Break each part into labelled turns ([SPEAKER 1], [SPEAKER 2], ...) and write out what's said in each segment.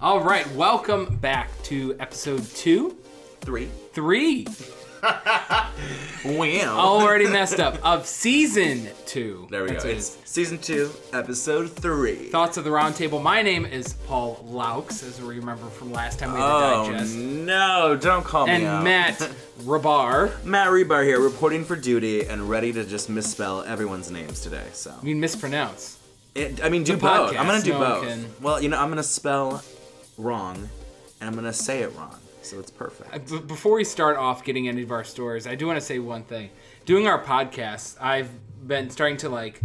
[SPEAKER 1] All right, welcome back to episode two,
[SPEAKER 2] Three.
[SPEAKER 1] three. Oh,
[SPEAKER 2] Wow.
[SPEAKER 1] Already messed up of season two.
[SPEAKER 2] There we
[SPEAKER 1] That's
[SPEAKER 2] go.
[SPEAKER 1] what it
[SPEAKER 2] It's
[SPEAKER 1] is.
[SPEAKER 2] season two, episode three.
[SPEAKER 1] Thoughts of the Roundtable. My name is Paul Laux, as we remember from last time we had the
[SPEAKER 2] Oh
[SPEAKER 1] digest.
[SPEAKER 2] no! Don't call
[SPEAKER 1] And
[SPEAKER 2] me out.
[SPEAKER 1] Matt Rabar.
[SPEAKER 2] Matt Rebar here, reporting for duty and ready to just misspell everyone's names today. So
[SPEAKER 1] I mean, mispronounce.
[SPEAKER 2] it, I mean, do
[SPEAKER 1] The
[SPEAKER 2] both.
[SPEAKER 1] podcast,
[SPEAKER 2] I'm gonna do
[SPEAKER 1] no one
[SPEAKER 2] both.
[SPEAKER 1] can-
[SPEAKER 2] Well, you know, I'm gonna spell wrong, and I'm gonna say it wrong, so it's perfect.
[SPEAKER 1] B- before we start off getting any of our stories, I do want to say one thing. Doing our podcast, I've been starting to like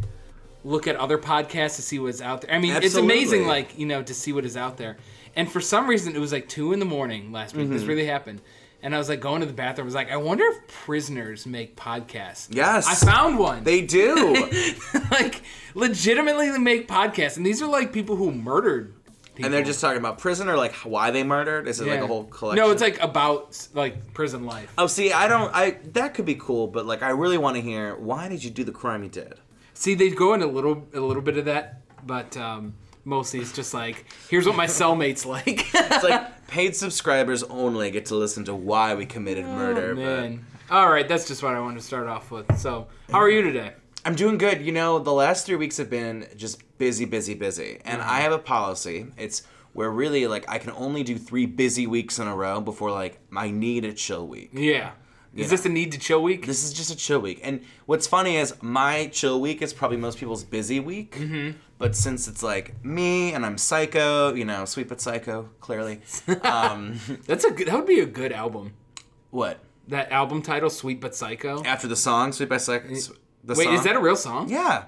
[SPEAKER 1] look at other podcasts to see what's out there. I mean, it's
[SPEAKER 2] Absolutely.
[SPEAKER 1] amazing, like you know, to see what is out there. And for some reason, it was like two in the morning last week.
[SPEAKER 2] Mm-hmm.
[SPEAKER 1] This really happened, and I was like going to the bathroom. I was like, I wonder if prisoners make podcasts.
[SPEAKER 2] Yes.
[SPEAKER 1] I found one.
[SPEAKER 2] they do.
[SPEAKER 1] like legitimately make podcasts, and these are like people who murdered. People.
[SPEAKER 2] and they're just talking about prison or like why they murdered. Is it like
[SPEAKER 1] Yeah.
[SPEAKER 2] a whole collection?
[SPEAKER 1] No, it's like about like prison life.
[SPEAKER 2] Oh, see, I don't. I that could be cool, but like, I really want to hear why did you do the crime you did?
[SPEAKER 1] See, they go into a little a little bit of that, but um, mostly it's just like, here's what my cellmate's like.
[SPEAKER 2] It's like paid subscribers only get to listen to why we committed murder. but
[SPEAKER 1] Oh, Man, all right, that's just what I wanted to start off with. So, how are you today?
[SPEAKER 2] I'm doing good. You know, the last three weeks have been just busy, busy, busy, and I have a policy. It's where really like I can only do three busy weeks in a row before like I need a chill week.
[SPEAKER 1] Yeah, is this a need to chill week?
[SPEAKER 2] This is just a chill week. And what's funny is my chill week is probably most people's busy week.
[SPEAKER 1] Mm-hmm.
[SPEAKER 2] But since it's like me and I'm psycho, you know, sweet but psycho, clearly. Um,
[SPEAKER 1] That's a good, that would be a good album.
[SPEAKER 2] what?
[SPEAKER 1] That album title, Sweet but Psycho.
[SPEAKER 2] After the song, sweet by psycho. The
[SPEAKER 1] Wait,
[SPEAKER 2] song?
[SPEAKER 1] is that a real song?
[SPEAKER 2] Yeah.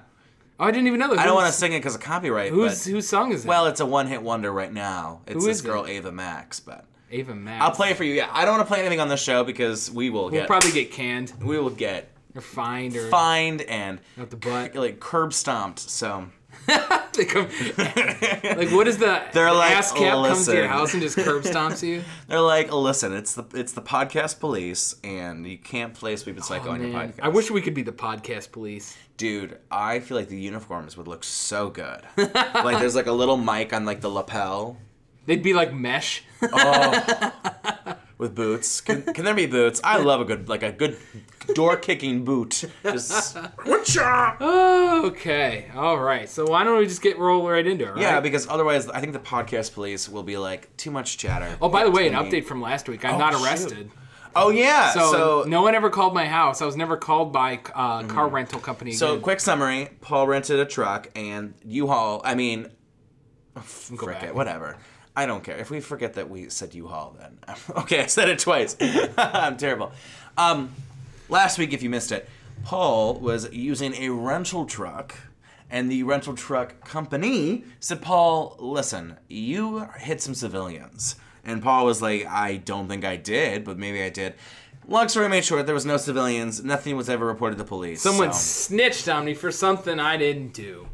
[SPEAKER 1] Oh, I didn't even know that.
[SPEAKER 2] I don't want to sing it because of copyright.
[SPEAKER 1] Whose
[SPEAKER 2] but,
[SPEAKER 1] whose song is that?
[SPEAKER 2] well, it's a one-hit wonder right now. It's
[SPEAKER 1] Who
[SPEAKER 2] this
[SPEAKER 1] is it?
[SPEAKER 2] girl Ava Max, but
[SPEAKER 1] Ava Max.
[SPEAKER 2] I'll play it for you. Yeah, I don't want to play anything on this show because we will
[SPEAKER 1] We'll
[SPEAKER 2] get
[SPEAKER 1] probably get canned
[SPEAKER 2] we will get
[SPEAKER 1] or fined or
[SPEAKER 2] fined and
[SPEAKER 1] out the butt.
[SPEAKER 2] like curb stomped. So
[SPEAKER 1] They come- like, what is the?
[SPEAKER 2] They're
[SPEAKER 1] the
[SPEAKER 2] like,
[SPEAKER 1] ass cap comes to your
[SPEAKER 2] "Listen."
[SPEAKER 1] house and just curb stomps you.
[SPEAKER 2] They're like, listen, it's the it's the podcast police, and you can't play Sweep and Psycho on your
[SPEAKER 1] Oh, Man,
[SPEAKER 2] podcast.
[SPEAKER 1] I wish we could be the podcast police.
[SPEAKER 2] dude. I feel like the uniforms would look so good. like there's like a little mic on like the lapel
[SPEAKER 1] They'd be like mesh.
[SPEAKER 2] with boots. Can, can there be boots? I love a good like a good door kicking boot. Just whatcha?
[SPEAKER 1] Oh, okay. All right. So why don't we just get roll right into it? Right?
[SPEAKER 2] Yeah, because otherwise, I think the podcast police will be like too much chatter.
[SPEAKER 1] Oh, by the way, an
[SPEAKER 2] Too many-
[SPEAKER 1] update from last week. I'm
[SPEAKER 2] Oh,
[SPEAKER 1] not
[SPEAKER 2] shoot.
[SPEAKER 1] arrested.
[SPEAKER 2] Oh yeah, so. Mm-hmm.
[SPEAKER 1] So, no one ever called my house. I was never called by uh, car rental company.
[SPEAKER 2] so
[SPEAKER 1] again.
[SPEAKER 2] quick summary: Paul rented a truck, and U-Haul. I mean, frick
[SPEAKER 1] back.
[SPEAKER 2] it, whatever. I don't care. If we forget that we said U-Haul, then okay, I said it twice. I'm terrible. Um, last week, if you missed it, Paul was using a rental truck, and the rental truck company said, "Paul, listen, you hit some civilians." And Paul was like, "I don't think I did, but maybe I did." Long story made short, there was no civilians. Nothing was ever reported to police.
[SPEAKER 1] someone
[SPEAKER 2] so
[SPEAKER 1] snitched on me for something I didn't do.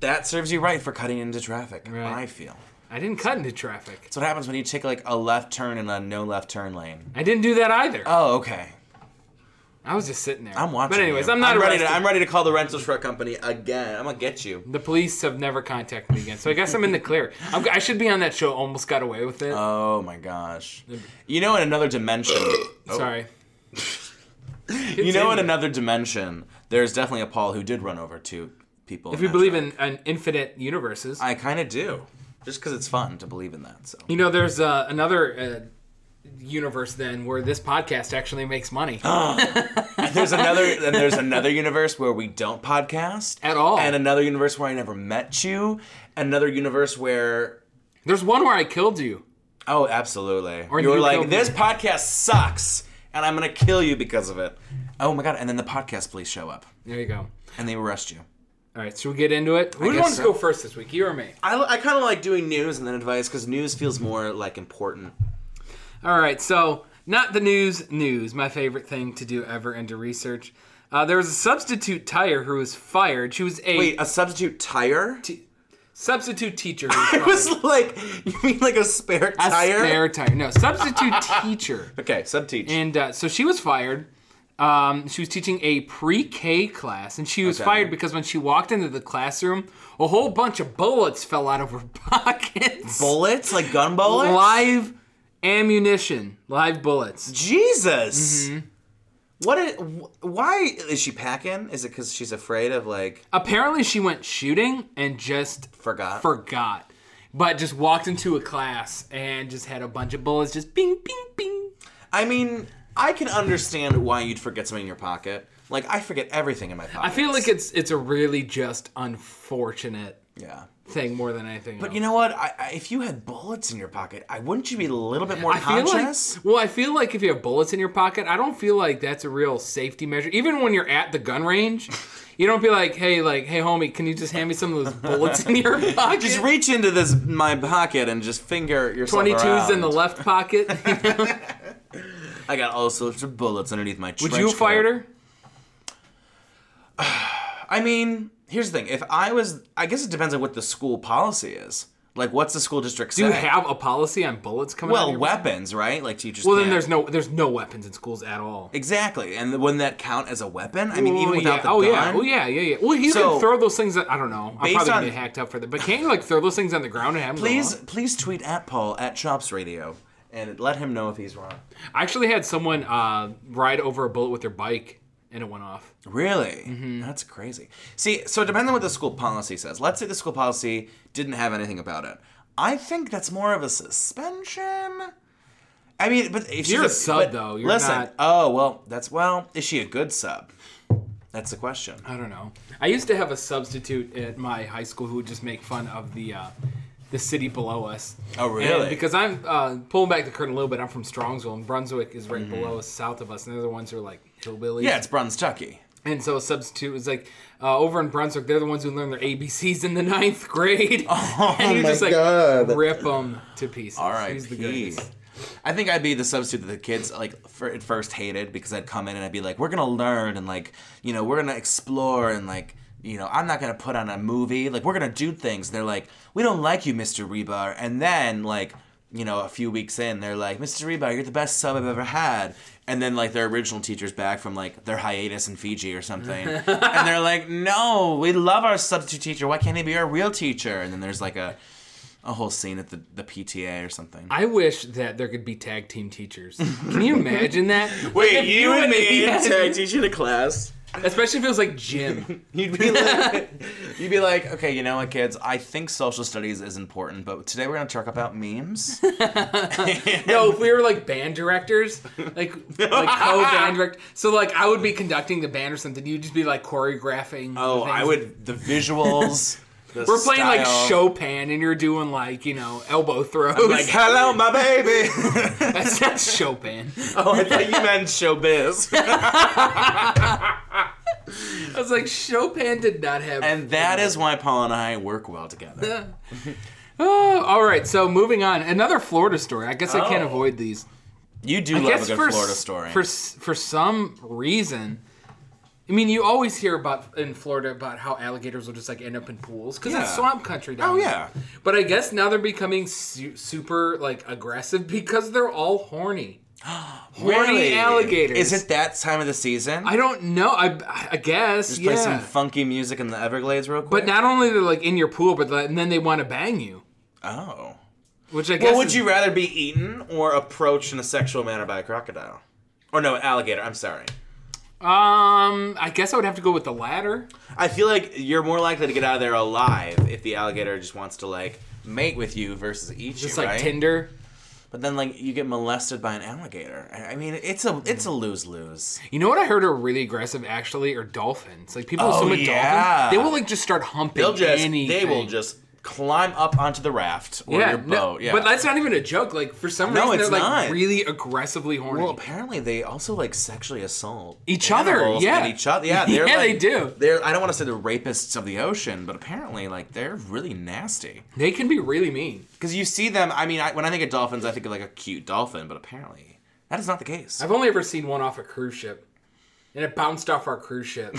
[SPEAKER 2] that serves you right for cutting into traffic.
[SPEAKER 1] Right.
[SPEAKER 2] I feel.
[SPEAKER 1] I didn't cut into traffic.
[SPEAKER 2] That's what happens when you take like a left turn in a no left turn lane.
[SPEAKER 1] I didn't do that either.
[SPEAKER 2] Oh, okay.
[SPEAKER 1] I was just sitting there.
[SPEAKER 2] I'm watching.
[SPEAKER 1] But anyways,
[SPEAKER 2] you.
[SPEAKER 1] I'm not
[SPEAKER 2] ready
[SPEAKER 1] arrested.
[SPEAKER 2] to. I'm ready to call the rental truck company again. I'm gonna get you.
[SPEAKER 1] the police have never contacted me again, so I guess I'm in the clear. I'm, I should be on that show. Almost got away with it.
[SPEAKER 2] Oh my gosh. You know, in another dimension. Oh.
[SPEAKER 1] Sorry.
[SPEAKER 2] You know, in
[SPEAKER 1] Continue.
[SPEAKER 2] another dimension, there's definitely a Paul who did run over two people.
[SPEAKER 1] If you believe in, in infinite universes,
[SPEAKER 2] I kind of do. Just because it's fun to believe in that. So.
[SPEAKER 1] you know, there's uh, another uh, universe then where this podcast actually makes money.
[SPEAKER 2] And there's another. and there's another universe where we don't podcast
[SPEAKER 1] At all.
[SPEAKER 2] And another universe where I never met you. Another universe where
[SPEAKER 1] there's one where I killed you.
[SPEAKER 2] Oh,
[SPEAKER 1] Or
[SPEAKER 2] absolutely. you were
[SPEAKER 1] you killed
[SPEAKER 2] like,
[SPEAKER 1] me.
[SPEAKER 2] this podcast sucks, and I'm gonna kill you because of it. Oh my god! And then the podcast police show up,
[SPEAKER 1] There you go.
[SPEAKER 2] and they arrest you.
[SPEAKER 1] All right, should we get into it? Who
[SPEAKER 2] guess
[SPEAKER 1] wants to
[SPEAKER 2] so.
[SPEAKER 1] go first this week? You or me?
[SPEAKER 2] I, I kind of like doing news and then advice because news feels more like important.
[SPEAKER 1] All right, so not the news, news, my favorite thing to do ever and to research. Uh, there was a substitute tire who was fired. She was a
[SPEAKER 2] Wait, a substitute tire?
[SPEAKER 1] substitute teacher. Who was
[SPEAKER 2] I
[SPEAKER 1] fired.
[SPEAKER 2] was like, you mean like a spare
[SPEAKER 1] A
[SPEAKER 2] tire?
[SPEAKER 1] spare tire. No, substitute teacher.
[SPEAKER 2] Okay, subteach.
[SPEAKER 1] And uh, so she was fired. Um, she was teaching a pre-K class, and she was
[SPEAKER 2] Okay.
[SPEAKER 1] fired because when she walked into the classroom, a whole bunch of bullets fell out of her pockets.
[SPEAKER 2] Bullets? Like gun bullets?
[SPEAKER 1] Live ammunition, live bullets.
[SPEAKER 2] Jesus. What? Is, wh- why is she packing? Is it because she's afraid of like
[SPEAKER 1] Apparently, she went shooting and just
[SPEAKER 2] forgot?
[SPEAKER 1] forgot, but just walked into a class and just had a bunch of bullets, just bing, bing, bing.
[SPEAKER 2] I mean, I can understand why you'd forget something in your pocket. Like I forget everything in my pocket.
[SPEAKER 1] I feel like it's it's a really just unfortunate
[SPEAKER 2] yeah.
[SPEAKER 1] thing more than anything.
[SPEAKER 2] But you know what? I, I, if you had bullets in your pocket, I wouldn't you be a little bit more
[SPEAKER 1] I feel
[SPEAKER 2] conscious?
[SPEAKER 1] like well, I feel like if you have bullets in your pocket, I don't feel like that's a real safety measure. Even when you're at the gun range, you don't be like, hey, like, hey, homie, can you just hand me some of those bullets in your pocket?
[SPEAKER 2] just reach into this my pocket and just finger yourself.
[SPEAKER 1] 22s in the
[SPEAKER 2] around.
[SPEAKER 1] left pocket.
[SPEAKER 2] I got all sorts of bullets underneath my.
[SPEAKER 1] Would you have fired her?
[SPEAKER 2] I mean, here's the thing. If I was, I guess it depends on what the school policy is. Like, what's the school district
[SPEAKER 1] Do you
[SPEAKER 2] say?
[SPEAKER 1] have a policy on bullets coming out of
[SPEAKER 2] well,
[SPEAKER 1] your
[SPEAKER 2] weapons, right? Like teachers.
[SPEAKER 1] Well, then
[SPEAKER 2] can't-
[SPEAKER 1] there's no there's no weapons in schools at all.
[SPEAKER 2] exactly, and wouldn't that count as a weapon? I mean,
[SPEAKER 1] Oh,
[SPEAKER 2] even without
[SPEAKER 1] yeah.
[SPEAKER 2] the
[SPEAKER 1] oh,
[SPEAKER 2] gun.
[SPEAKER 1] yeah. Oh, yeah, yeah, yeah. Well, you
[SPEAKER 2] So-
[SPEAKER 1] can throw those things. At, I don't know. I'm
[SPEAKER 2] Based
[SPEAKER 1] probably
[SPEAKER 2] on-
[SPEAKER 1] gonna get hacked up for that. But can't you like throw those things on the ground and have them go
[SPEAKER 2] Please,
[SPEAKER 1] off?
[SPEAKER 2] please tweet at Paul at Chops Radio and let him know if he's wrong.
[SPEAKER 1] I actually had someone uh, ride over a bullet with their bike and it went off.
[SPEAKER 2] Really? That's crazy. See, so depending on what the school policy says, let's say the school policy didn't have anything about it. I think that's more of a suspension. I mean, but if
[SPEAKER 1] You're a
[SPEAKER 2] she's
[SPEAKER 1] sub,
[SPEAKER 2] but
[SPEAKER 1] though. You're
[SPEAKER 2] listen.
[SPEAKER 1] not-
[SPEAKER 2] Oh well, that's well. Is she a good sub? That's the question.
[SPEAKER 1] I don't know. I used to have a substitute at my high school who would just make fun of the uh, the city below us.
[SPEAKER 2] Oh, really?
[SPEAKER 1] And because I'm uh, pulling back the curtain a little bit. I'm from Strongsville, and Brunswick is right below us, south of us, and they're the ones who are like hillbillies.
[SPEAKER 2] Mm-hmm. Yeah, it's Brunstucky.
[SPEAKER 1] And so a substitute was like, uh, over in Brunswick, they're the ones who learn their ABCs in the ninth grade. Oh and you
[SPEAKER 2] my
[SPEAKER 1] just like
[SPEAKER 2] God.
[SPEAKER 1] rip them to pieces.
[SPEAKER 2] All right,
[SPEAKER 1] He's the greatest.
[SPEAKER 2] I think I'd be the substitute that the kids like for, at first hated because I'd come in and I'd be like, "We're gonna learn and like you know we're gonna explore and like you know I'm not gonna put on a movie like we're gonna do things." And they're like, "We don't like you, Mr. Rebar," and then like you know a few weeks in they're like, "Mr. Rebar, you're the best sub I've ever had." And then like their original teachers back from like their hiatus in Fiji or something, and they're like, "No, we love our substitute teacher. Why can't he be our real teacher?" And then there's like a a whole scene at the, the PTA or something.
[SPEAKER 1] I wish that there could be tag team teachers. Can you imagine that? If yeah.
[SPEAKER 2] teaching a class.
[SPEAKER 1] Especially if it was like gym.
[SPEAKER 2] You'd be like, you'd be like, okay, you know what, kids? I think social studies is important, but today we're gonna talk about memes.
[SPEAKER 1] no, if we were like band directors, like like co-band director. So like I would be conducting the band or something. You'd just be like choreographing.
[SPEAKER 2] Oh,
[SPEAKER 1] the
[SPEAKER 2] I
[SPEAKER 1] things.
[SPEAKER 2] would the visuals. the
[SPEAKER 1] We're playing
[SPEAKER 2] style.
[SPEAKER 1] like Chopin, and you're doing like you know elbow throws.
[SPEAKER 2] Like, hello, my baby.
[SPEAKER 1] That's not Chopin.
[SPEAKER 2] oh, I thought you meant showbiz.
[SPEAKER 1] I was like, Chopin did not have.
[SPEAKER 2] and that is why Paul and I work well together.
[SPEAKER 1] Oh, all right. So moving on, another Florida story. I guess I can't
[SPEAKER 2] Oh.
[SPEAKER 1] avoid these.
[SPEAKER 2] You do
[SPEAKER 1] I
[SPEAKER 2] love a
[SPEAKER 1] guess
[SPEAKER 2] good
[SPEAKER 1] for,
[SPEAKER 2] Florida
[SPEAKER 1] s-
[SPEAKER 2] story.
[SPEAKER 1] For s- for some reason, I mean, you always hear about in Florida about how alligators will just like end up in pools because it's
[SPEAKER 2] Yeah.
[SPEAKER 1] swamp country. Down
[SPEAKER 2] oh
[SPEAKER 1] there.
[SPEAKER 2] yeah.
[SPEAKER 1] But I guess now they're becoming su- super like aggressive because they're all horny. horny
[SPEAKER 2] Really?
[SPEAKER 1] alligators.
[SPEAKER 2] Is it that time of the season?
[SPEAKER 1] I don't know. I I guess
[SPEAKER 2] Just
[SPEAKER 1] yeah.
[SPEAKER 2] play some funky music in the Everglades real quick.
[SPEAKER 1] but not only they're like in your pool, but like, and then they want to bang you,
[SPEAKER 2] Oh.
[SPEAKER 1] which I guess.
[SPEAKER 2] Well, would
[SPEAKER 1] is-
[SPEAKER 2] you rather be eaten or approached in a sexual manner by a crocodile? Or no, alligator. I'm sorry.
[SPEAKER 1] Um, I guess I would have to go with the latter.
[SPEAKER 2] I feel like you're more likely to get out of there alive if the alligator just wants to like mate with you versus eat
[SPEAKER 1] Just
[SPEAKER 2] you,
[SPEAKER 1] like
[SPEAKER 2] right?
[SPEAKER 1] Tinder.
[SPEAKER 2] But then like you get molested by an alligator. I I mean, it's a it's a lose lose.
[SPEAKER 1] You know what I heard are really aggressive actually are dolphins. Like people
[SPEAKER 2] Oh,
[SPEAKER 1] assume with
[SPEAKER 2] yeah.
[SPEAKER 1] dolphins, they will like just start humping
[SPEAKER 2] They'll just
[SPEAKER 1] anything.
[SPEAKER 2] they will just climb up onto the raft or
[SPEAKER 1] yeah,
[SPEAKER 2] your
[SPEAKER 1] no-
[SPEAKER 2] boat. yeah,
[SPEAKER 1] But that's not even a joke. Like for some
[SPEAKER 2] No,
[SPEAKER 1] reason
[SPEAKER 2] it's
[SPEAKER 1] they're like
[SPEAKER 2] not.
[SPEAKER 1] really aggressively horny.
[SPEAKER 2] Well, apparently they also like sexually assault
[SPEAKER 1] Each other,
[SPEAKER 2] animals
[SPEAKER 1] yeah.
[SPEAKER 2] and each other. Yeah, they're
[SPEAKER 1] Yeah,
[SPEAKER 2] like-
[SPEAKER 1] they do.
[SPEAKER 2] They're I don't want to say the rapists of the ocean, but apparently like they're really nasty.
[SPEAKER 1] they can be really mean.
[SPEAKER 2] Because you see them. I mean, I, when I think of dolphins, I think of like a cute dolphin, but apparently that is not the case.
[SPEAKER 1] I've only ever seen one off a cruise ship, and it bounced off our cruise ship.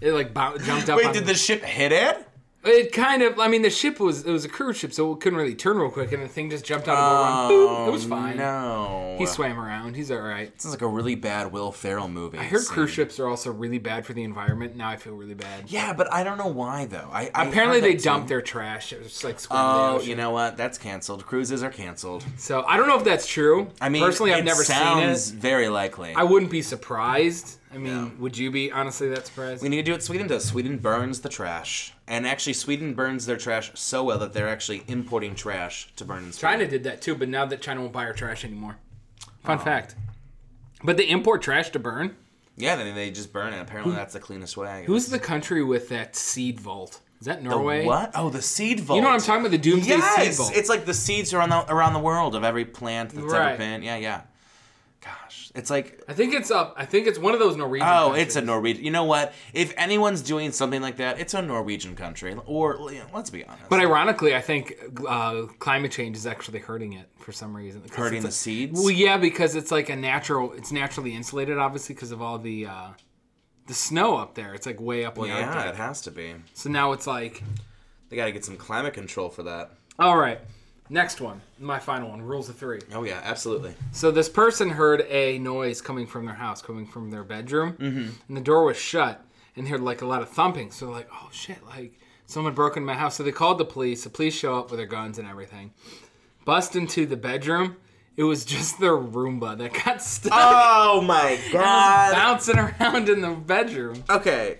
[SPEAKER 1] it like bou- jumped up.
[SPEAKER 2] Wait,
[SPEAKER 1] on
[SPEAKER 2] did the ship hit it?
[SPEAKER 1] It kind of. I mean, the ship was it was a cruise ship, so it couldn't really turn real quick, and the thing just jumped out of the boat. It was fine.
[SPEAKER 2] Oh, No.
[SPEAKER 1] He swam around. He's all right.
[SPEAKER 2] Sounds like a really bad Will Ferrell movie.
[SPEAKER 1] I heard cruise ships are also really bad for the environment. Now I feel really bad.
[SPEAKER 2] Yeah, but I don't know why though. I, I
[SPEAKER 1] Apparently
[SPEAKER 2] heard
[SPEAKER 1] they
[SPEAKER 2] that
[SPEAKER 1] dumped
[SPEAKER 2] too.
[SPEAKER 1] their trash. It was just like swimming in the
[SPEAKER 2] Oh,
[SPEAKER 1] ocean.
[SPEAKER 2] you know what? That's canceled. Cruises are canceled.
[SPEAKER 1] So I don't know if that's true.
[SPEAKER 2] I mean,
[SPEAKER 1] personally, I've
[SPEAKER 2] it
[SPEAKER 1] never
[SPEAKER 2] sounds
[SPEAKER 1] seen it.
[SPEAKER 2] Very likely.
[SPEAKER 1] I wouldn't be surprised. I mean, would you be honestly that surprised?
[SPEAKER 2] we need to do what Sweden does. Sweden burns the trash, and actually, Sweden burns their trash so well that they're actually importing trash to burn in Sweden.
[SPEAKER 1] China did that too, but now that China won't buy our trash anymore. Fun
[SPEAKER 2] Oh.
[SPEAKER 1] fact. But they import trash to burn.
[SPEAKER 2] Yeah, then they just burn it. Apparently, that's the cleanest way. I
[SPEAKER 1] Who's
[SPEAKER 2] guess.
[SPEAKER 1] the country with that seed vault? Is that Norway?
[SPEAKER 2] What? Oh, the seed vault.
[SPEAKER 1] You know what I'm talking about? The doomsday seed
[SPEAKER 2] Yes,
[SPEAKER 1] vault.
[SPEAKER 2] it's like the seeds around the around the world of every plant that's
[SPEAKER 1] Right.
[SPEAKER 2] ever been. Yeah, yeah. Gosh, it's like
[SPEAKER 1] I think it's up. I think it's one of those Norwegian.
[SPEAKER 2] oh, it's a
[SPEAKER 1] countries.
[SPEAKER 2] Norwegian. You know what? If anyone's doing something like that, it's a Norwegian country. Or you know, let's be honest,
[SPEAKER 1] But ironically, I think uh, climate change is actually hurting it for some reason. 'Cause
[SPEAKER 2] hurting
[SPEAKER 1] it's a-
[SPEAKER 2] the seeds.
[SPEAKER 1] Well, yeah, because it's like a natural. It's naturally insulated, obviously, because of all the uh, the snow up there. It's like way up in the
[SPEAKER 2] yeah, it
[SPEAKER 1] Arctic.
[SPEAKER 2] has to be.
[SPEAKER 1] So now it's like,
[SPEAKER 2] They got to get some climate control for that.
[SPEAKER 1] all right, next one, my final one, rules of three.
[SPEAKER 2] Oh yeah, absolutely.
[SPEAKER 1] So this person heard a noise coming from their house, coming from their bedroom,
[SPEAKER 2] Mm-hmm.
[SPEAKER 1] and the door was shut, and they heard like a lot of thumping. So they're like, oh shit, like someone broke into my house. So they called the police. The police show up with their guns and everything, bust into the bedroom. It was just their Roomba that got stuck.
[SPEAKER 2] Oh my
[SPEAKER 1] was
[SPEAKER 2] Uh,
[SPEAKER 1] bouncing around in the bedroom.
[SPEAKER 2] Okay.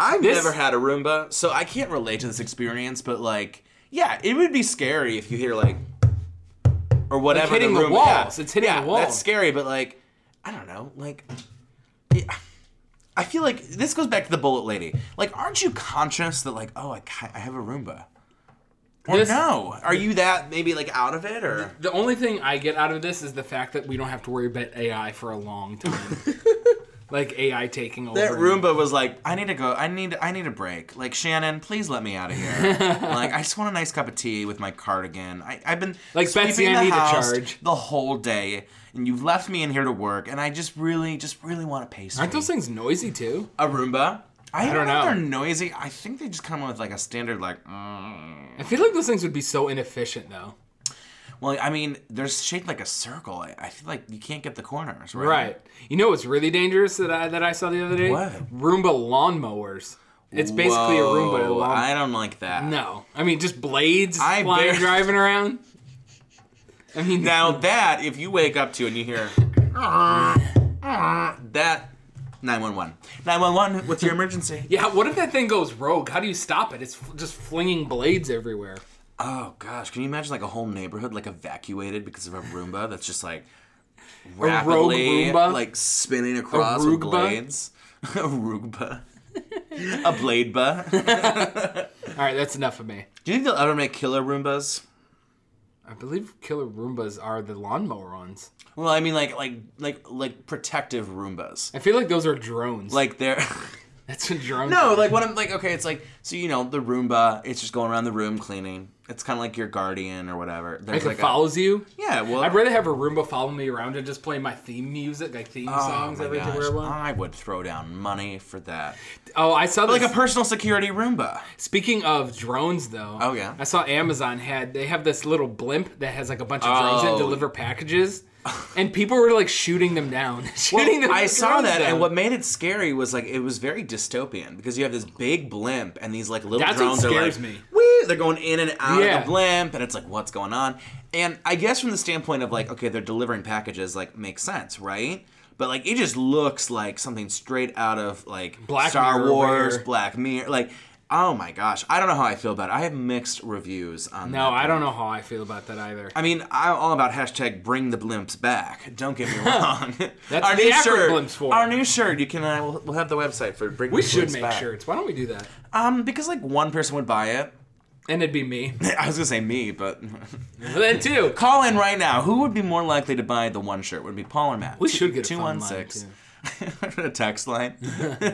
[SPEAKER 2] I've
[SPEAKER 1] This-
[SPEAKER 2] never had a Roomba, so I can't relate to this experience, but like, yeah, it would be scary if you hear like or whatever
[SPEAKER 1] hitting the
[SPEAKER 2] Roomba-
[SPEAKER 1] walls. It's hitting
[SPEAKER 2] yeah,
[SPEAKER 1] the walls.
[SPEAKER 2] That's scary, but like I don't know, like yeah. I feel like this goes back to the bullet lady. Like, aren't you conscious that like, oh, I, ca- I have a Roomba? Or
[SPEAKER 1] This-
[SPEAKER 2] no? Are you that maybe like out of it or
[SPEAKER 1] The only thing I get out of this is the fact that we don't have to worry about AI for a long time. like AI taking over.
[SPEAKER 2] That Roomba was like, I need to go. I need. I need a break. Like Shannon, please let me out of here. like I just want a nice cup of tea with my cardigan. I, I've been
[SPEAKER 1] Like,
[SPEAKER 2] sweeping
[SPEAKER 1] Betsy, I
[SPEAKER 2] the
[SPEAKER 1] need to
[SPEAKER 2] house
[SPEAKER 1] charge.
[SPEAKER 2] the whole day, and you've left me in here to work. And I just really, just really want a pastry.
[SPEAKER 1] Aren't those things noisy too?
[SPEAKER 2] a Roomba? I,
[SPEAKER 1] don't
[SPEAKER 2] know.
[SPEAKER 1] know.
[SPEAKER 2] if They're noisy. I think they just come with like a standard like. "Mm."
[SPEAKER 1] I feel like those things would be so inefficient though.
[SPEAKER 2] Well, I mean, they're shaped like a circle. I, I feel like you can't get the corners right.
[SPEAKER 1] Right. You know what's really dangerous that I that I saw the other day?
[SPEAKER 2] What?
[SPEAKER 1] Roomba lawnmowers. It's basically a Roomba
[SPEAKER 2] Whoa,
[SPEAKER 1] lawn.
[SPEAKER 2] I don't like that.
[SPEAKER 1] no, I mean just blades
[SPEAKER 2] I
[SPEAKER 1] flying,
[SPEAKER 2] bar-
[SPEAKER 1] driving around. I mean,
[SPEAKER 2] Now that if you wake up to and you hear that 911. 911, what's your emergency?
[SPEAKER 1] yeah. What if that thing goes rogue? How do you stop it? It's f- just flinging blades everywhere.
[SPEAKER 2] Oh gosh, can you imagine like a whole neighborhood like evacuated because of a Roomba that's just like
[SPEAKER 1] rogue
[SPEAKER 2] rapidly
[SPEAKER 1] Roomba?
[SPEAKER 2] like spinning across with
[SPEAKER 1] Roogba?
[SPEAKER 2] blades? a Roogba. a Bladeba. Do
[SPEAKER 1] All right, that's enough of me.
[SPEAKER 2] you think they'll ever make killer Roombas?
[SPEAKER 1] I believe killer Roombas are the lawnmower ones.
[SPEAKER 2] Well, I mean like like like like protective Roombas.
[SPEAKER 1] I feel like those are drones.
[SPEAKER 2] Like they're
[SPEAKER 1] that's a drone.
[SPEAKER 2] No, like what I'm like, okay, it's like so you know the Roomba. It's just going around the room cleaning. It's kind of like your guardian or whatever. There's
[SPEAKER 1] Like,
[SPEAKER 2] like
[SPEAKER 1] it follows you.
[SPEAKER 2] A, yeah, well,
[SPEAKER 1] I'd rather have a Roomba follow me around and just play my theme music, like theme
[SPEAKER 2] oh
[SPEAKER 1] songs
[SPEAKER 2] my
[SPEAKER 1] every time
[SPEAKER 2] gosh,
[SPEAKER 1] I want.
[SPEAKER 2] I would throw down money for that.
[SPEAKER 1] Oh, I saw this.
[SPEAKER 2] Like a personal security Roomba.
[SPEAKER 1] Speaking of drones, though.
[SPEAKER 2] Oh, yeah.
[SPEAKER 1] I saw Amazon had they have this little blimp that has like a bunch of drones
[SPEAKER 2] Oh.
[SPEAKER 1] that deliver packages, and people were like shooting them down, shooting them.
[SPEAKER 2] I saw that,
[SPEAKER 1] down.
[SPEAKER 2] and what made it scary was like it was very dystopian because you have this big blimp and these like little
[SPEAKER 1] That's what
[SPEAKER 2] drones
[SPEAKER 1] scares
[SPEAKER 2] are like,
[SPEAKER 1] me.
[SPEAKER 2] "Whee!" They're going in and out
[SPEAKER 1] Yeah.
[SPEAKER 2] of the blimp, and it's like, what's going on? And I guess from the standpoint of like, okay, they're delivering packages, like makes sense, right? But like, it just looks like something straight out of like
[SPEAKER 1] Black
[SPEAKER 2] Star
[SPEAKER 1] Mirror,
[SPEAKER 2] Wars,
[SPEAKER 1] where-
[SPEAKER 2] Black Mirror, like. Oh my gosh, I don't know how I feel about it. I have mixed reviews on
[SPEAKER 1] No, I don't know how I feel about that either.
[SPEAKER 2] I mean, I'm all about hashtag bring the blimps back. Don't get me wrong. That's
[SPEAKER 1] the effort blimps for.
[SPEAKER 2] Our new shirt. You can. Uh, we'll, we'll have the website for bring.
[SPEAKER 1] We
[SPEAKER 2] the
[SPEAKER 1] should
[SPEAKER 2] blimps
[SPEAKER 1] make
[SPEAKER 2] back.
[SPEAKER 1] shirts. Why don't we do that?
[SPEAKER 2] Um, because like one person would buy it.
[SPEAKER 1] And it'd be me.
[SPEAKER 2] I was gonna say me, but
[SPEAKER 1] that too.
[SPEAKER 2] call in right now. Who would be more likely to buy the one shirt? Would it be Paul or Matt?
[SPEAKER 1] We should get a phone line,
[SPEAKER 2] a text line.
[SPEAKER 1] All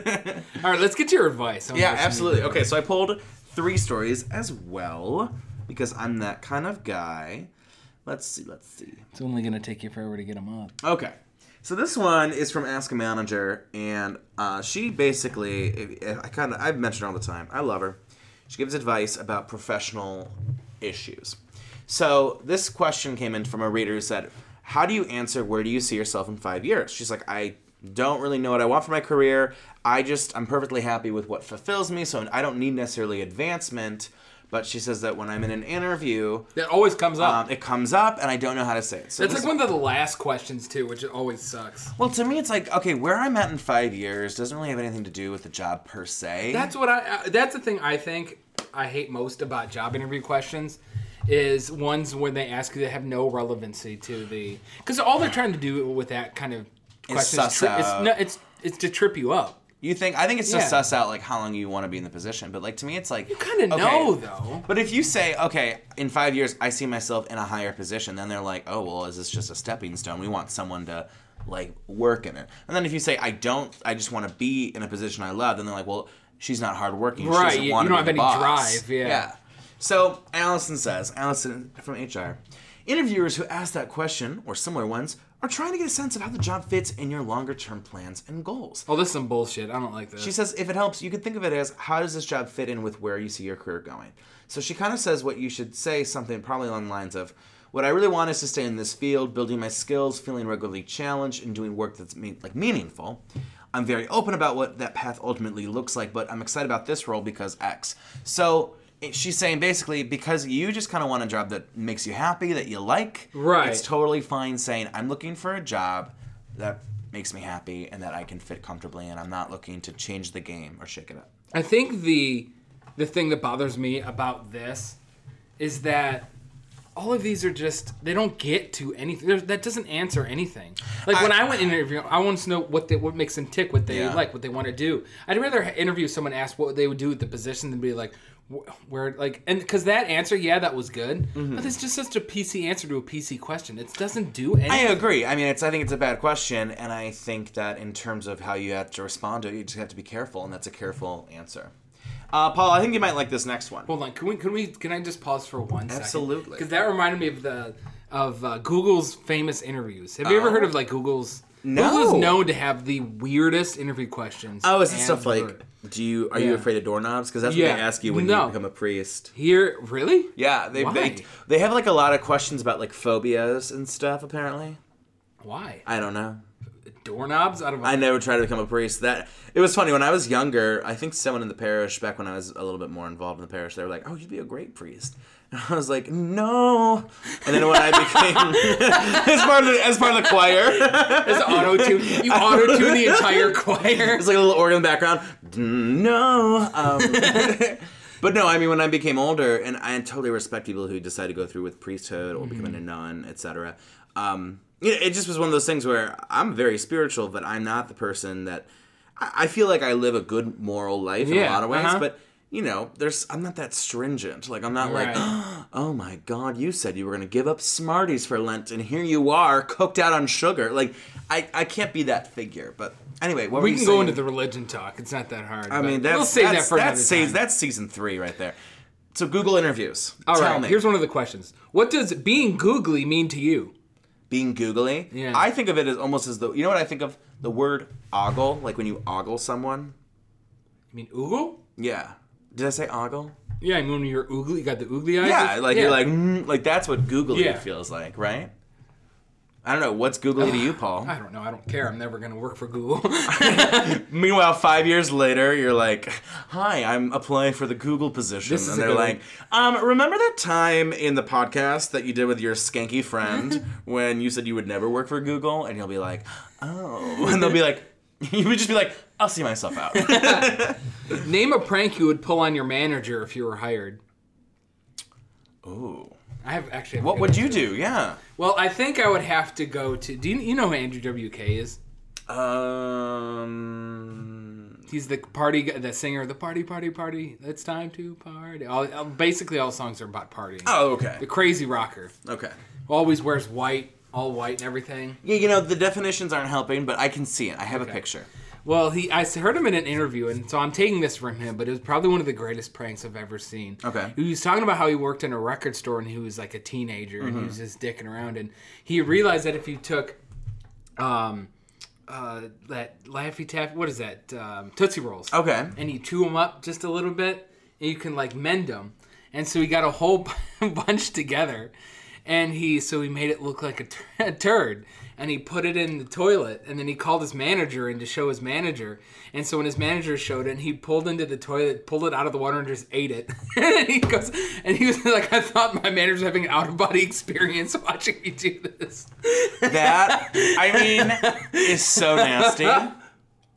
[SPEAKER 1] right, let's get your advice. on
[SPEAKER 2] Yeah,
[SPEAKER 1] what you
[SPEAKER 2] absolutely. Okay, so I pulled three stories as well because I'm that kind of guy. Let's see. Let's see.
[SPEAKER 1] It's only gonna take you forever to get them up.
[SPEAKER 2] Okay. So this one is from Ask a eh, Manager, and uh, she basically, I kind of, I've mentioned her all the time. I love her. She gives advice about professional issues. So this question came in from a reader who said, "How do you answer where do you see yourself in 5 years?" She's like, "I don't really know what I want for my career. I just I'm perfectly happy with what fulfills me, so I don't need necessarily advancement." But she says that when I'm in an interview,
[SPEAKER 1] That always comes up.
[SPEAKER 2] um, it comes up, and I don't know how to say it. So
[SPEAKER 1] That's
[SPEAKER 2] this-
[SPEAKER 1] like one of the last questions too, which always sucks.
[SPEAKER 2] well, to me, it's like okay, where I'm at in five years doesn't really have anything to do with the job per se.
[SPEAKER 1] That's what I. I- That's the thing I think I hate most about job interview questions is ones when they ask you that have no relevancy to the because all they're trying to do with that kind of question is
[SPEAKER 2] suss
[SPEAKER 1] tri- it's,
[SPEAKER 2] out.
[SPEAKER 1] no, it's it's to trip you up.
[SPEAKER 2] you think I think it's just
[SPEAKER 1] Yeah.
[SPEAKER 2] suss out like how long you want to be in the position, but like to me, it's like you
[SPEAKER 1] Kind of know though.
[SPEAKER 2] But if you say, okay, in five years I see myself in a higher position, then they're like, oh, well, is this just a stepping stone? We want someone to like work in it. And then if you say, I don't, I just want to be in a position I love, then they're like, well, she's not hardworking.
[SPEAKER 1] Right,
[SPEAKER 2] She doesn't
[SPEAKER 1] you-
[SPEAKER 2] want
[SPEAKER 1] you
[SPEAKER 2] to
[SPEAKER 1] don't
[SPEAKER 2] be
[SPEAKER 1] have
[SPEAKER 2] the
[SPEAKER 1] any
[SPEAKER 2] boss.
[SPEAKER 1] drive, yeah.
[SPEAKER 2] yeah. So Allison says, Allison from HR, interviewers who ask that question or similar ones are trying to get a sense of how the job fits in your longer term plans and goals.
[SPEAKER 1] Oh, this is some bullshit. I don't like this.
[SPEAKER 2] She says, if it helps, you could think of it as how does this job fit in with where you see your career going? So she kind of says what you should say, something probably along the lines of, what I really want is to stay in this field, building my skills, feeling regularly challenged, and doing work that's mean, like meaningful. I'm very open about what that path ultimately looks like, but I'm excited about this role because X. So it- she's saying basically because you just kind of want a job that makes you happy, that you like.
[SPEAKER 1] Right.
[SPEAKER 2] It's totally fine saying I'm looking for a job that makes me happy and that I can fit comfortably and I'm not looking to change the game or shake it up.
[SPEAKER 1] I think the the thing that bothers me about this is that all of these are just they don't get to anything There's, that doesn't answer anything. Like when
[SPEAKER 2] I-
[SPEAKER 1] I went interviewing, I wanted to know what they, what makes them tick, what they
[SPEAKER 2] Yeah.
[SPEAKER 1] like, what they want to do. I'd rather ha- interview someone ask what they would do with the position than be like wh- where like and because that answer, yeah, that was good,
[SPEAKER 2] Mm-hmm.
[SPEAKER 1] but it's just such a PC answer to a PC question. It doesn't do anything.
[SPEAKER 2] I agree. I mean, it's I think it's a bad question and I think that in terms of how you have to respond to it, you just have to be careful and that's a careful answer. Uh, Paul, I think you might like this next one.
[SPEAKER 1] Hold on, can we? Can we? Can I just pause for one second?
[SPEAKER 2] Absolutely.
[SPEAKER 1] Because that reminded me of the of uh, Google's famous interviews. Have you ever
[SPEAKER 2] Oh.
[SPEAKER 1] heard of like Google's?
[SPEAKER 2] No.
[SPEAKER 1] Google's known to have the weirdest interview questions.
[SPEAKER 2] Oh, is it
[SPEAKER 1] and
[SPEAKER 2] stuff like
[SPEAKER 1] word.
[SPEAKER 2] do you are you
[SPEAKER 1] Yeah.
[SPEAKER 2] afraid of doorknobs? Because that's
[SPEAKER 1] Yeah.
[SPEAKER 2] what they ask you when
[SPEAKER 1] No.
[SPEAKER 2] you become a priest.
[SPEAKER 1] here? Really?
[SPEAKER 2] Yeah, they,
[SPEAKER 1] Why?
[SPEAKER 2] they they have like a lot of questions about like phobias and stuff. Apparently,
[SPEAKER 1] Why?
[SPEAKER 2] I don't know.
[SPEAKER 1] Doorknobs out of.
[SPEAKER 2] I never tried to become a priest. That it was funny when I was younger. I think someone in the parish back when I was a little bit more involved in the parish, they were like, "Oh, you'd be a great priest." And I was like, "No." And then when I became as part of the, as part of the choir,
[SPEAKER 1] It's auto tune. You auto tune the entire choir.
[SPEAKER 2] there's like a little organ in the background. No. Um, but no, I mean when I became older, and I totally respect people who decide to go through with priesthood or becoming
[SPEAKER 1] Mm-hmm.
[SPEAKER 2] a nun, etc. Um, you know, it just was one of those things where I'm very spiritual, but I'm not the person that I, I feel like I live a good moral life in a
[SPEAKER 1] Yeah,
[SPEAKER 2] lot of ways,
[SPEAKER 1] uh-huh.
[SPEAKER 2] but. You know, there's. I'm not that stringent. Like I'm not
[SPEAKER 1] Right.
[SPEAKER 2] like, oh my god, you said you were gonna give up Smarties for Lent, and here you are, cooked out on sugar. Like, I, I can't be that figure. But anyway, what were
[SPEAKER 1] We
[SPEAKER 2] you
[SPEAKER 1] can go
[SPEAKER 2] saying?
[SPEAKER 1] into the religion talk. It's not that hard.
[SPEAKER 2] I mean, that's,
[SPEAKER 1] we'll save
[SPEAKER 2] that's,
[SPEAKER 1] that for
[SPEAKER 2] that's,
[SPEAKER 1] another
[SPEAKER 2] seas-
[SPEAKER 1] time.
[SPEAKER 2] that's season three right there. So Google interviews.
[SPEAKER 1] All
[SPEAKER 2] Tell
[SPEAKER 1] right.
[SPEAKER 2] me,
[SPEAKER 1] Here's one of the questions. What does being googly mean to you?
[SPEAKER 2] being googly.
[SPEAKER 1] Yeah.
[SPEAKER 2] I think of it as almost as the. You know what I think of the word ogle, like when you ogle someone.
[SPEAKER 1] You mean oogle?
[SPEAKER 2] Yeah. Did I say ogle?
[SPEAKER 1] Yeah, I mean when you're oogly, you got the oogly eyes.
[SPEAKER 2] Yeah, like you're like mm, like that's what googly
[SPEAKER 1] Yeah.
[SPEAKER 2] feels like, right? I don't know what's googly to you, Paul.
[SPEAKER 1] I don't know. I don't care. I'm never going to work for Google.
[SPEAKER 2] Meanwhile, five years later, you're like, "Hi, I'm applying for the Google position,"
[SPEAKER 1] This is a
[SPEAKER 2] and they're
[SPEAKER 1] good
[SPEAKER 2] like, um, "Remember that time in the podcast that you did with your skanky friend when you said you would never work for Google?" And you'll be like, "Oh," and they'll be like, "You would just be like, I'll see myself out."
[SPEAKER 1] Name a prank you would pull on your manager if you were hired.
[SPEAKER 2] Ooh,
[SPEAKER 1] I have actually.
[SPEAKER 2] what would you do? Yeah,
[SPEAKER 1] Well, I think I would have to go to. Do you, you know who Andrew WK is?
[SPEAKER 2] um,
[SPEAKER 1] He's the party, guy, the singer of the party, party, party. It's time to party. All, all- basically, all songs are about partying.
[SPEAKER 2] oh, okay,
[SPEAKER 1] The crazy rocker
[SPEAKER 2] okay.
[SPEAKER 1] always wears white, all white and everything.
[SPEAKER 2] Yeah, you know the definitions aren't helping, but I can see it. I have a picture.
[SPEAKER 1] Well, he I heard him in an interview, and so I'm taking this from him, but it was probably one of the greatest pranks I've ever seen.
[SPEAKER 2] Okay.
[SPEAKER 1] He was talking about how he worked in a record store and he was like a teenager and he was just dicking around, and he realized that if you took, um, uh, that Laffy Taffy, what is that, um, Tootsie Rolls,
[SPEAKER 2] Okay.
[SPEAKER 1] and you chew them up just a little bit. and you can like mend them. And so he got a whole bu- bunch together, and he so he made it look like a, tur- a turd, and he put it in the toilet, and then he called his manager in to show his manager. And so when his manager showed it, he pulled into the toilet, pulled it out of the water, and just ate it. and he goes, and he was like, I thought my manager was having an out of body experience watching me do this.
[SPEAKER 2] That I mean is so nasty.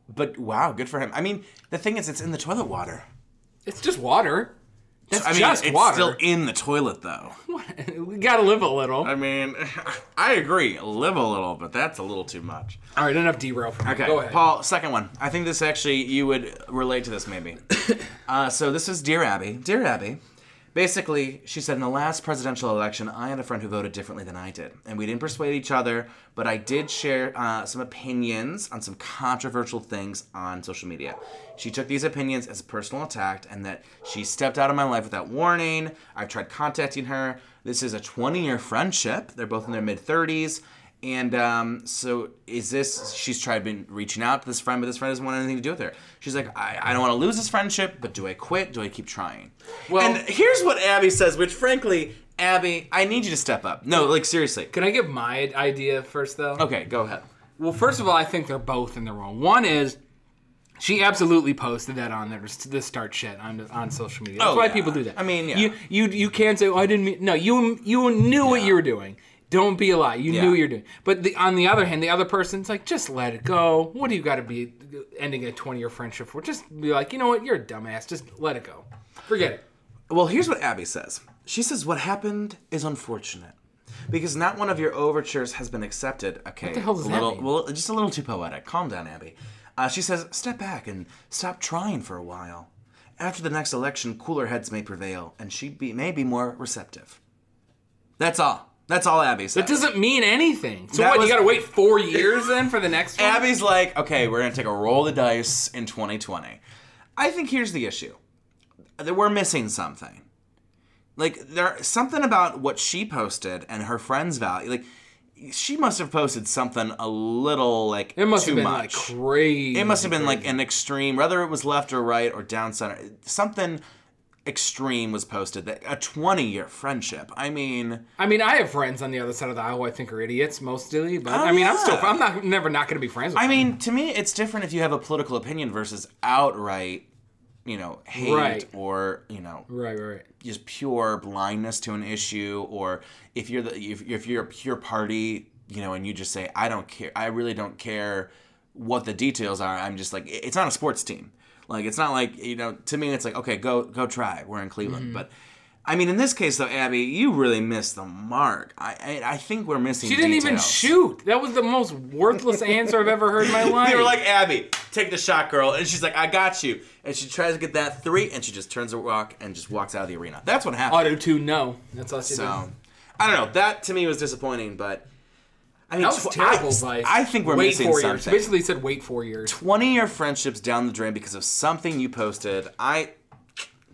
[SPEAKER 2] But wow, good for him. I mean, the thing is, it's in the toilet water.
[SPEAKER 1] It's just water. That's
[SPEAKER 2] I mean,
[SPEAKER 1] just
[SPEAKER 2] it's
[SPEAKER 1] water.
[SPEAKER 2] still in the toilet though.
[SPEAKER 1] we gotta live a little.
[SPEAKER 2] I mean, I agree, live a little, but that's a little too much.
[SPEAKER 1] All right, enough derail from
[SPEAKER 2] Okay,
[SPEAKER 1] Go ahead.
[SPEAKER 2] Paul, second one. I think this actually you would relate to this maybe. uh, so this is Dear Abby. Dear Abby, basically, she said in the last presidential election, I had a friend who voted differently than I did, and we didn't persuade each other, but I did share uh, some opinions on some controversial things on social media. She took these opinions as a personal attack, and that she stepped out of my life without warning. I've tried contacting her. This is a 20-year friendship. They're both in their mid 30s. And um, so is this? She's tried been reaching out to this friend, but this friend doesn't want anything to do with her. She's like, I, I don't want to lose this friendship, but do I quit? Do I keep trying? Well,
[SPEAKER 1] Well-
[SPEAKER 2] and here's what Abby says, which frankly, Abby, I need you to step up. No, like seriously.
[SPEAKER 1] Can I give my idea first, though?
[SPEAKER 2] Okay, go ahead.
[SPEAKER 1] Well, first of all, I think they're both in the wrong. One is she absolutely posted that on there to to start shit on on social media. That's
[SPEAKER 2] Oh,
[SPEAKER 1] why
[SPEAKER 2] yeah.
[SPEAKER 1] people do that.
[SPEAKER 2] I mean, yeah.
[SPEAKER 1] you you you can't say oh, I didn't mean. No, you you knew what you were doing. Don't be a lie. You
[SPEAKER 2] Yeah.
[SPEAKER 1] knew what you're doing. But the, on the other hand, the other person's like, just let it go. What do you got to be ending a 20 year friendship for? Just be like, you know what? You're a dumbass. Just let it go. Forget it.
[SPEAKER 2] Well, here's what Abby says. She says what happened is unfortunate because not one of your overtures has been accepted. Okay, what
[SPEAKER 1] the hell does that
[SPEAKER 2] little,
[SPEAKER 1] mean?
[SPEAKER 2] Well, just a little too poetic. Calm down, Abby. Uh, she says, step back and stop trying for a while. After the next election, cooler heads may prevail, and she be, may be more receptive. That's all. That's all Abby says.
[SPEAKER 1] It doesn't mean anything. So
[SPEAKER 2] That
[SPEAKER 1] what?
[SPEAKER 2] was-
[SPEAKER 1] you got to wait four years then for the next one?
[SPEAKER 2] Abby's like, okay, we're gonna take a roll of the dice in 2020. I think here's the issue: that we're missing something. Like there, something about what she posted and her friends' value. Like she must have posted something a little like
[SPEAKER 1] It must
[SPEAKER 2] too
[SPEAKER 1] have been
[SPEAKER 2] much.
[SPEAKER 1] like crazy.
[SPEAKER 2] it must have been like an extreme, whether it was left or right or down center. Something extreme was posted. That a 20-year friendship. I mean,
[SPEAKER 1] I mean, I have friends on the other side of the aisle who I think are idiots mostly, but
[SPEAKER 2] Oh,
[SPEAKER 1] I mean, I'm
[SPEAKER 2] yeah.
[SPEAKER 1] still I'm not never not going to be friends with
[SPEAKER 2] I
[SPEAKER 1] them.
[SPEAKER 2] mean, to me, it's different if you have a political opinion versus outright, you know, hate
[SPEAKER 1] Right.
[SPEAKER 2] or you know,
[SPEAKER 1] Right, right, right.
[SPEAKER 2] just pure blindness to an issue, or if you're the if, if you're a pure party, you know, and you just say, I don't care, I really don't care what the details are. I'm just like, it- it's not a sports team. Like, it's not like you know. To me, it's like, okay, go go try. We're in Cleveland,
[SPEAKER 1] Mm-hmm.
[SPEAKER 2] but. I mean, in this case, though, Abby, you really missed the mark. I I, I think we're missing.
[SPEAKER 1] She didn't even
[SPEAKER 2] details.
[SPEAKER 1] shoot. That was the most worthless answer I've ever heard in my life.
[SPEAKER 2] They were like, Abby, take the shot, girl. And she's like, I got you. And she tries to get that three, and she just turns her walk and just walks out of the arena. That's what happened.
[SPEAKER 1] auto tune no. That's all she did.
[SPEAKER 2] So, I don't know. That to me was disappointing, but I mean,
[SPEAKER 1] That was
[SPEAKER 2] tw-
[SPEAKER 1] terrible
[SPEAKER 2] I,
[SPEAKER 1] advice.
[SPEAKER 2] I think we're
[SPEAKER 1] wait
[SPEAKER 2] missing
[SPEAKER 1] four years.
[SPEAKER 2] something.
[SPEAKER 1] Basically, said wait four years.
[SPEAKER 2] 20 year friendships down the drain because of something you posted. I,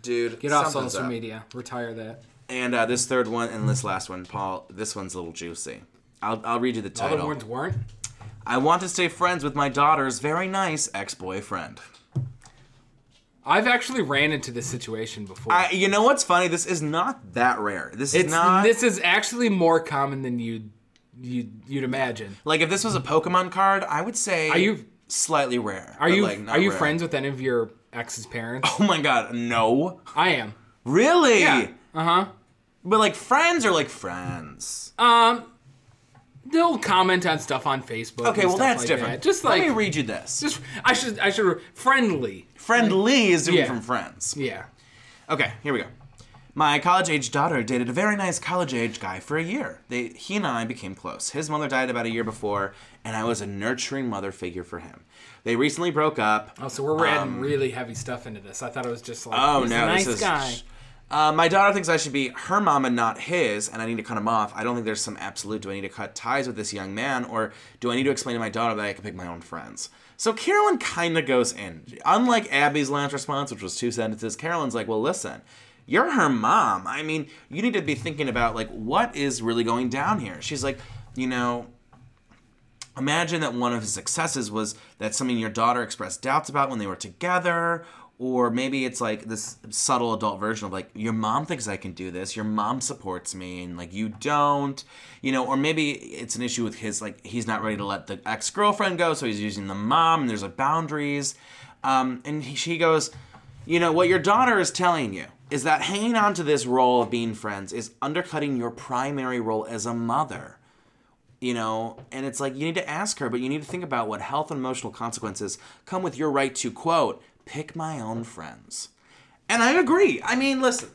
[SPEAKER 2] dude,
[SPEAKER 1] Get off
[SPEAKER 2] something's
[SPEAKER 1] social
[SPEAKER 2] up.
[SPEAKER 1] media. Retire that.
[SPEAKER 2] And uh, this third one and this last one, Paul, this one's a little juicy. I'll, I'll read you the
[SPEAKER 1] All the
[SPEAKER 2] title.
[SPEAKER 1] ones weren't.
[SPEAKER 2] I want to stay friends with my daughter's very nice ex boyfriend.
[SPEAKER 1] I've actually ran into this situation before.
[SPEAKER 2] I, you know what's funny? This is not that rare. This is
[SPEAKER 1] it's
[SPEAKER 2] not
[SPEAKER 1] this is actually more common than you you you'd imagine.
[SPEAKER 2] like if this was a Pokemon card, I would say are
[SPEAKER 1] you-
[SPEAKER 2] slightly rare.
[SPEAKER 1] Are you are you friends with any of your ex's parents?
[SPEAKER 2] Oh my god, no!
[SPEAKER 1] I am.
[SPEAKER 2] Really?
[SPEAKER 1] Yeah. uh-huh.
[SPEAKER 2] Uh huh. But like friends are like friends.
[SPEAKER 1] They'll comment on stuff on Facebook.
[SPEAKER 2] okay,
[SPEAKER 1] and
[SPEAKER 2] well
[SPEAKER 1] stuff
[SPEAKER 2] that's
[SPEAKER 1] like
[SPEAKER 2] different.
[SPEAKER 1] that. Just
[SPEAKER 2] let me
[SPEAKER 1] like
[SPEAKER 2] read you this.
[SPEAKER 1] just I should I should friendly.
[SPEAKER 2] Friendly is different
[SPEAKER 1] Yeah.
[SPEAKER 2] from friends.
[SPEAKER 1] Yeah.
[SPEAKER 2] Okay, here we go. My college age daughter dated a very nice college age guy for a year. They, he and I became close. His mother died about a year before, and I was a nurturing mother figure for him. They recently broke up.
[SPEAKER 1] Oh, so we're adding really heavy stuff into this. I thought it was just like
[SPEAKER 2] Um, Oh
[SPEAKER 1] he's
[SPEAKER 2] no,
[SPEAKER 1] a nice
[SPEAKER 2] this is.
[SPEAKER 1] guy.
[SPEAKER 2] Uh, my daughter thinks I should be her mom and not his, and I need to cut him off. I don't think there's some absolute. Do I need to cut ties with this young man, or do I need to explain to my daughter that I can pick my own friends? So Carolyn kind of goes in. Unlike Abby's last response, which was two sentences, Carolyn's like, "Well, listen, you're her mom. I mean, you need to be thinking about like what is really going down here." She's like, "You know, Imagine that one of his successes was that something your daughter expressed doubts about when they were together, or maybe it's like this subtle adult version of like your mom thinks I can do this, your mom supports me, and like you don't, you know, or maybe it's an issue with his like he's not ready to let the ex girlfriend go, so he's using the mom. And there's like boundaries, um, and he, she goes, you know, what your daughter is telling you is that hanging on to this role of being friends is undercutting your primary role as a mother you know and it's like you need to ask her but you need to think about what health and emotional consequences come with your right to quote pick my own friends and i agree i mean listen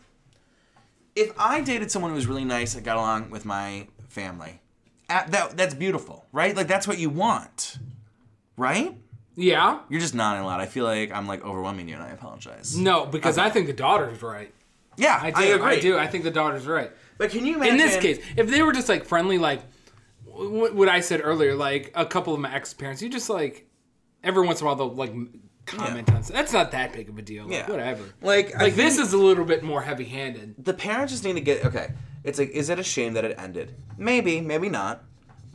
[SPEAKER 2] if i dated someone who was really nice and got along with my family uh, that, that's beautiful right like that's what you want right
[SPEAKER 1] Yeah.
[SPEAKER 2] you're just nodding a lot i feel like i'm like overwhelming you and i apologize
[SPEAKER 1] No, because I think the daughter's right.
[SPEAKER 2] yeah
[SPEAKER 1] Mm, I do.
[SPEAKER 2] I agree
[SPEAKER 1] I do. I think the daughter's right.
[SPEAKER 2] but can you imagine
[SPEAKER 1] in this case, if they were just like friendly, like wh- what I said earlier, like a couple of my ex parents, you just like every once in a while they'll like m- comment on. That's not that big of a deal. Like,
[SPEAKER 2] Yeah.
[SPEAKER 1] Whatever.
[SPEAKER 2] Like, I
[SPEAKER 1] like this is a little bit more heavy handed.
[SPEAKER 2] the parents just need to get okay. It's like, is it a shame that it ended? Maybe, maybe not.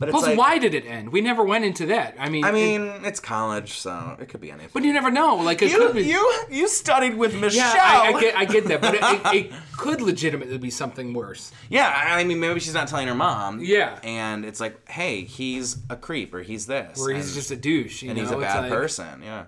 [SPEAKER 2] But it's
[SPEAKER 1] Plus,
[SPEAKER 2] like,
[SPEAKER 1] why did it end? We never went into that. I mean,
[SPEAKER 2] I mean,
[SPEAKER 1] it-
[SPEAKER 2] it's college, so it could be anything.
[SPEAKER 1] but you never know. Like it
[SPEAKER 2] you,
[SPEAKER 1] could be.
[SPEAKER 2] you, you studied with Michelle.
[SPEAKER 1] yeah, I, I get, I get that, but it, it, it could legitimately be something worse.
[SPEAKER 2] Yeah, I I mean, maybe she's not telling her mom.
[SPEAKER 1] Yeah.
[SPEAKER 2] and it's like, hey, he's a creep, or he's this,
[SPEAKER 1] Where he's
[SPEAKER 2] and-
[SPEAKER 1] just a douche. You
[SPEAKER 2] and
[SPEAKER 1] know?
[SPEAKER 2] he's a
[SPEAKER 1] It's
[SPEAKER 2] bad
[SPEAKER 1] like-
[SPEAKER 2] person. Yeah.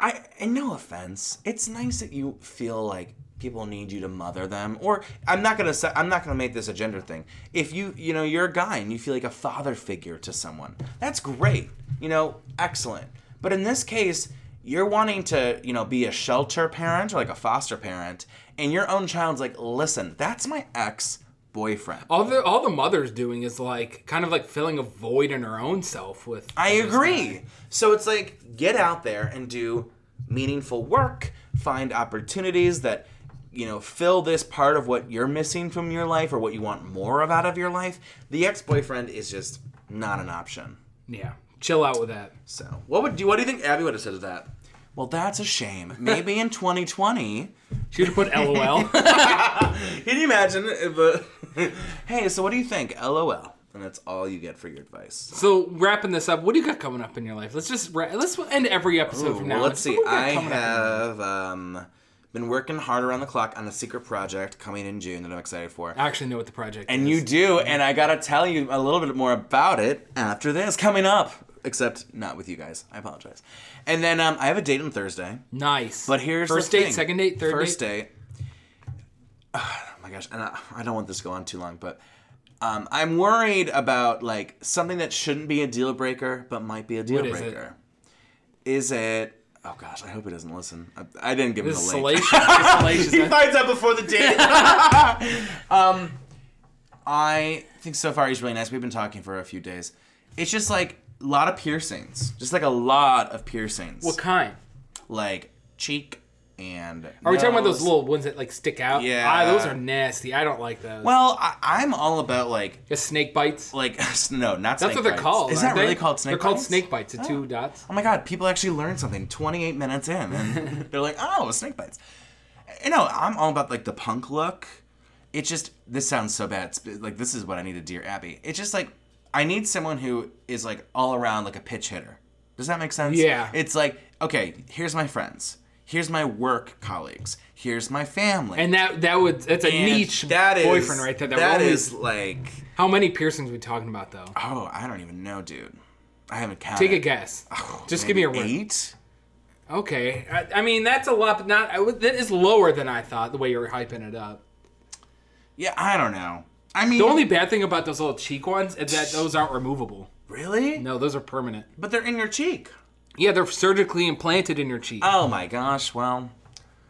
[SPEAKER 2] I and no offense, it's nice that you feel like people need you to mother them. Or I'm not gonna say I'm not gonna make this a gender thing. If you you know you're a guy and you feel like a father figure to someone, that's great. You know, excellent. But in this case. You're wanting to, you know, be a shelter parent or like a foster parent, and your own child's like, listen, that's my ex boyfriend.
[SPEAKER 1] All the all the mother's doing is like kind of like filling a void in her own self with.
[SPEAKER 2] I agree. So it's like get out there and do meaningful work, find opportunities that you know fill this part of what you're missing from your life or what you want more of out of your life. The ex-boyfriend is just not an option.
[SPEAKER 1] Yeah, chill out with that.
[SPEAKER 2] So, what would do what do you think Abby would have said to that? Well, that's a shame. Maybe in 2020,
[SPEAKER 1] She would have put LOL.
[SPEAKER 2] can you imagine if uh, Hey, so what do you think? LOL. And that's all you get for your advice.
[SPEAKER 1] so wrapping this up, what do you got coming up in your life? Let's just ra- let's end every episode from now.
[SPEAKER 2] Well,
[SPEAKER 1] on.
[SPEAKER 2] let's see.
[SPEAKER 1] What we got
[SPEAKER 2] I
[SPEAKER 1] coming up?
[SPEAKER 2] have um, been working hard around the clock on a secret project coming in June that I'm excited for.
[SPEAKER 1] I actually know what the project.
[SPEAKER 2] And you do,
[SPEAKER 1] Mm-hmm.
[SPEAKER 2] and I gotta tell you a little bit more about it after this coming up. Except not with you guys. I apologize. And then um, I have a date on Thursday.
[SPEAKER 1] nice.
[SPEAKER 2] But here's
[SPEAKER 1] first
[SPEAKER 2] the
[SPEAKER 1] date,
[SPEAKER 2] thing.
[SPEAKER 1] second date, third
[SPEAKER 2] first
[SPEAKER 1] date.
[SPEAKER 2] date. Oh my gosh, and I, I don't want this to go on too long, but um, I'm worried about like something that shouldn't be a deal breaker but might be a deal
[SPEAKER 1] What is it?
[SPEAKER 2] breaker. Is it? Oh gosh, I hope he doesn't listen. I, I didn't give
[SPEAKER 1] This is
[SPEAKER 2] him the link.
[SPEAKER 1] salacious. This is salacious.
[SPEAKER 2] he finds out before the date. um, I think so far he's really nice. We've been talking for a few days. It's just like a lot of piercings, just like a lot of piercings
[SPEAKER 1] What kind?
[SPEAKER 2] like cheek and.
[SPEAKER 1] Are we talking about those little ones that like stick out?
[SPEAKER 2] Yeah.
[SPEAKER 1] Ah, those are nasty. I don't like those.
[SPEAKER 2] Well, I, I'm all about like
[SPEAKER 1] Just snake bites.
[SPEAKER 2] like no, not.
[SPEAKER 1] That's
[SPEAKER 2] snake
[SPEAKER 1] what they're
[SPEAKER 2] bites.
[SPEAKER 1] called.
[SPEAKER 2] Is that
[SPEAKER 1] aren't they?
[SPEAKER 2] really called snake?
[SPEAKER 1] They're called
[SPEAKER 2] bites?
[SPEAKER 1] snake bites. The two dots.
[SPEAKER 2] Oh my god, people actually learn something 28 minutes in, and they're like, oh, snake bites. You know, I'm all about like the punk look. It's just this sounds so bad. It's, like this is what I need to dear Abby. It's just like I need someone who is like all around like a pitch hitter. Does that make sense?
[SPEAKER 1] Yeah.
[SPEAKER 2] It's like okay, here's my friends. Here's my work colleagues. Here's my family.
[SPEAKER 1] And that that would that's a niche
[SPEAKER 2] that is
[SPEAKER 1] boyfriend right there. That,
[SPEAKER 2] that
[SPEAKER 1] would only-
[SPEAKER 2] is like
[SPEAKER 1] how many piercings we talking about though?
[SPEAKER 2] oh, I don't even know, dude. I haven't counted.
[SPEAKER 1] Take a guess.
[SPEAKER 2] oh.
[SPEAKER 1] Just give me a
[SPEAKER 2] Maybe
[SPEAKER 1] ring.
[SPEAKER 2] eight.
[SPEAKER 1] Okay, I, I mean that's a lot, but not I would- that is lower than I thought. The way you were hyping it up.
[SPEAKER 2] Yeah, I don't know. I mean,
[SPEAKER 1] The only bad thing about those little cheek ones is that those aren't removable.
[SPEAKER 2] really?
[SPEAKER 1] No, those are permanent.
[SPEAKER 2] But they're in your cheek.
[SPEAKER 1] Yeah, they're surgically implanted in your cheek,
[SPEAKER 2] Oh my gosh. Well,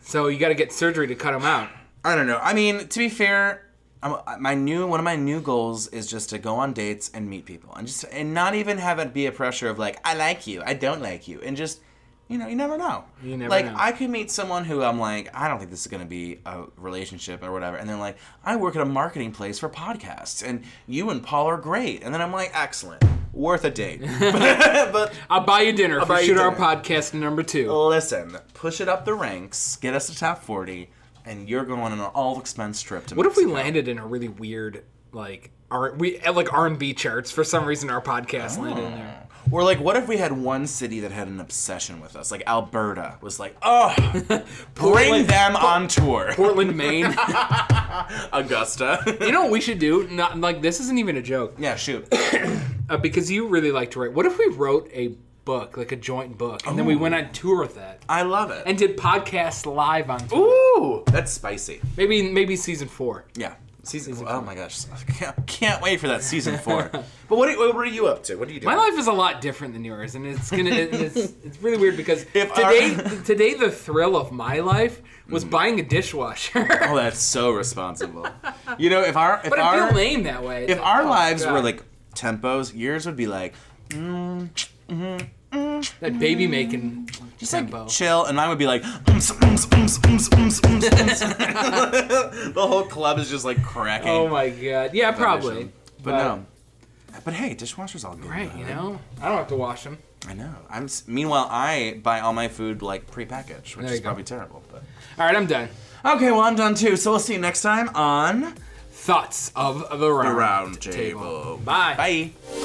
[SPEAKER 1] so you got to get surgery to cut them out.
[SPEAKER 2] I don't know. I mean, to be fair, I'm, my new one of my new goals is just to go on dates and meet people, and just and not even have it be a pressure of like I like you, I don't like you, and just you know you never know.
[SPEAKER 1] You never
[SPEAKER 2] like
[SPEAKER 1] know.
[SPEAKER 2] I could meet someone who I'm like I don't think this is gonna be a relationship or whatever, and they're like I work at a marketing place for podcasts, and you and Paul are great, and then I'm like excellent, worth a date. but
[SPEAKER 1] I'll buy you dinner if
[SPEAKER 2] buy
[SPEAKER 1] we
[SPEAKER 2] you
[SPEAKER 1] shoot our
[SPEAKER 2] dinner. Oh,
[SPEAKER 1] podcast number two.
[SPEAKER 2] Listen, push it up the ranks, get us to top 40, and you're going on an all expense trip to
[SPEAKER 1] What if we
[SPEAKER 2] Mexico.
[SPEAKER 1] landed in a really eh,
[SPEAKER 2] Mm.
[SPEAKER 1] weird like R we like R and B charts for some reason? Our podcast landed in there.
[SPEAKER 2] Or like, what if we had one city that had an obsession with us? Like Alberta was like, oh, bring
[SPEAKER 1] Portland-
[SPEAKER 2] them on tour.
[SPEAKER 1] Portland, Maine.
[SPEAKER 2] Augusta.
[SPEAKER 1] you know what we should do? Not like this isn't even a joke
[SPEAKER 2] yeah, shoot.
[SPEAKER 1] uh, because you really like to write. What if we wrote a book, like a joint book, and then we went on tour with that
[SPEAKER 2] I love it.
[SPEAKER 1] and did podcasts live on tour?
[SPEAKER 2] ooh, that's spicy.
[SPEAKER 1] Maybe maybe season four.
[SPEAKER 2] Yeah. Season, four. Oh my gosh, I can't, can't wait for that season four. but what are, what are you up to? What are you doing?
[SPEAKER 1] My life is a lot different than yours, and it's gonna it- it's, it's really weird because
[SPEAKER 2] If Mm. our-
[SPEAKER 1] today today the thrill of my life was buying a dishwasher.
[SPEAKER 2] Oh, that's so responsible. you know, if our if
[SPEAKER 1] but I
[SPEAKER 2] our
[SPEAKER 1] feel lame that way. It's
[SPEAKER 2] if
[SPEAKER 1] like,
[SPEAKER 2] our
[SPEAKER 1] oh,
[SPEAKER 2] lives were
[SPEAKER 1] God.
[SPEAKER 2] like tempos, yours would be like
[SPEAKER 1] that baby making
[SPEAKER 2] just
[SPEAKER 1] Tempo.
[SPEAKER 2] like chill, and mine would be like "Ums, ums, ums, ums, ums, ums, ums." the whole club is just like cracking.
[SPEAKER 1] Oh my god. Yeah, probably.
[SPEAKER 2] but, no. But hey, dishwasher's all good.
[SPEAKER 1] Right, you
[SPEAKER 2] though.
[SPEAKER 1] know? I don't have to wash them.
[SPEAKER 2] I know. I'm. s- Meanwhile, I buy all my food like prepackaged,
[SPEAKER 1] There
[SPEAKER 2] which is
[SPEAKER 1] you go.
[SPEAKER 2] probably terrible. But
[SPEAKER 1] All right, I'm done.
[SPEAKER 2] okay, well I'm done too. So we'll see you next time on
[SPEAKER 1] Thoughts of the round,
[SPEAKER 2] the round
[SPEAKER 1] table.
[SPEAKER 2] table.
[SPEAKER 1] Bye.
[SPEAKER 2] Bye.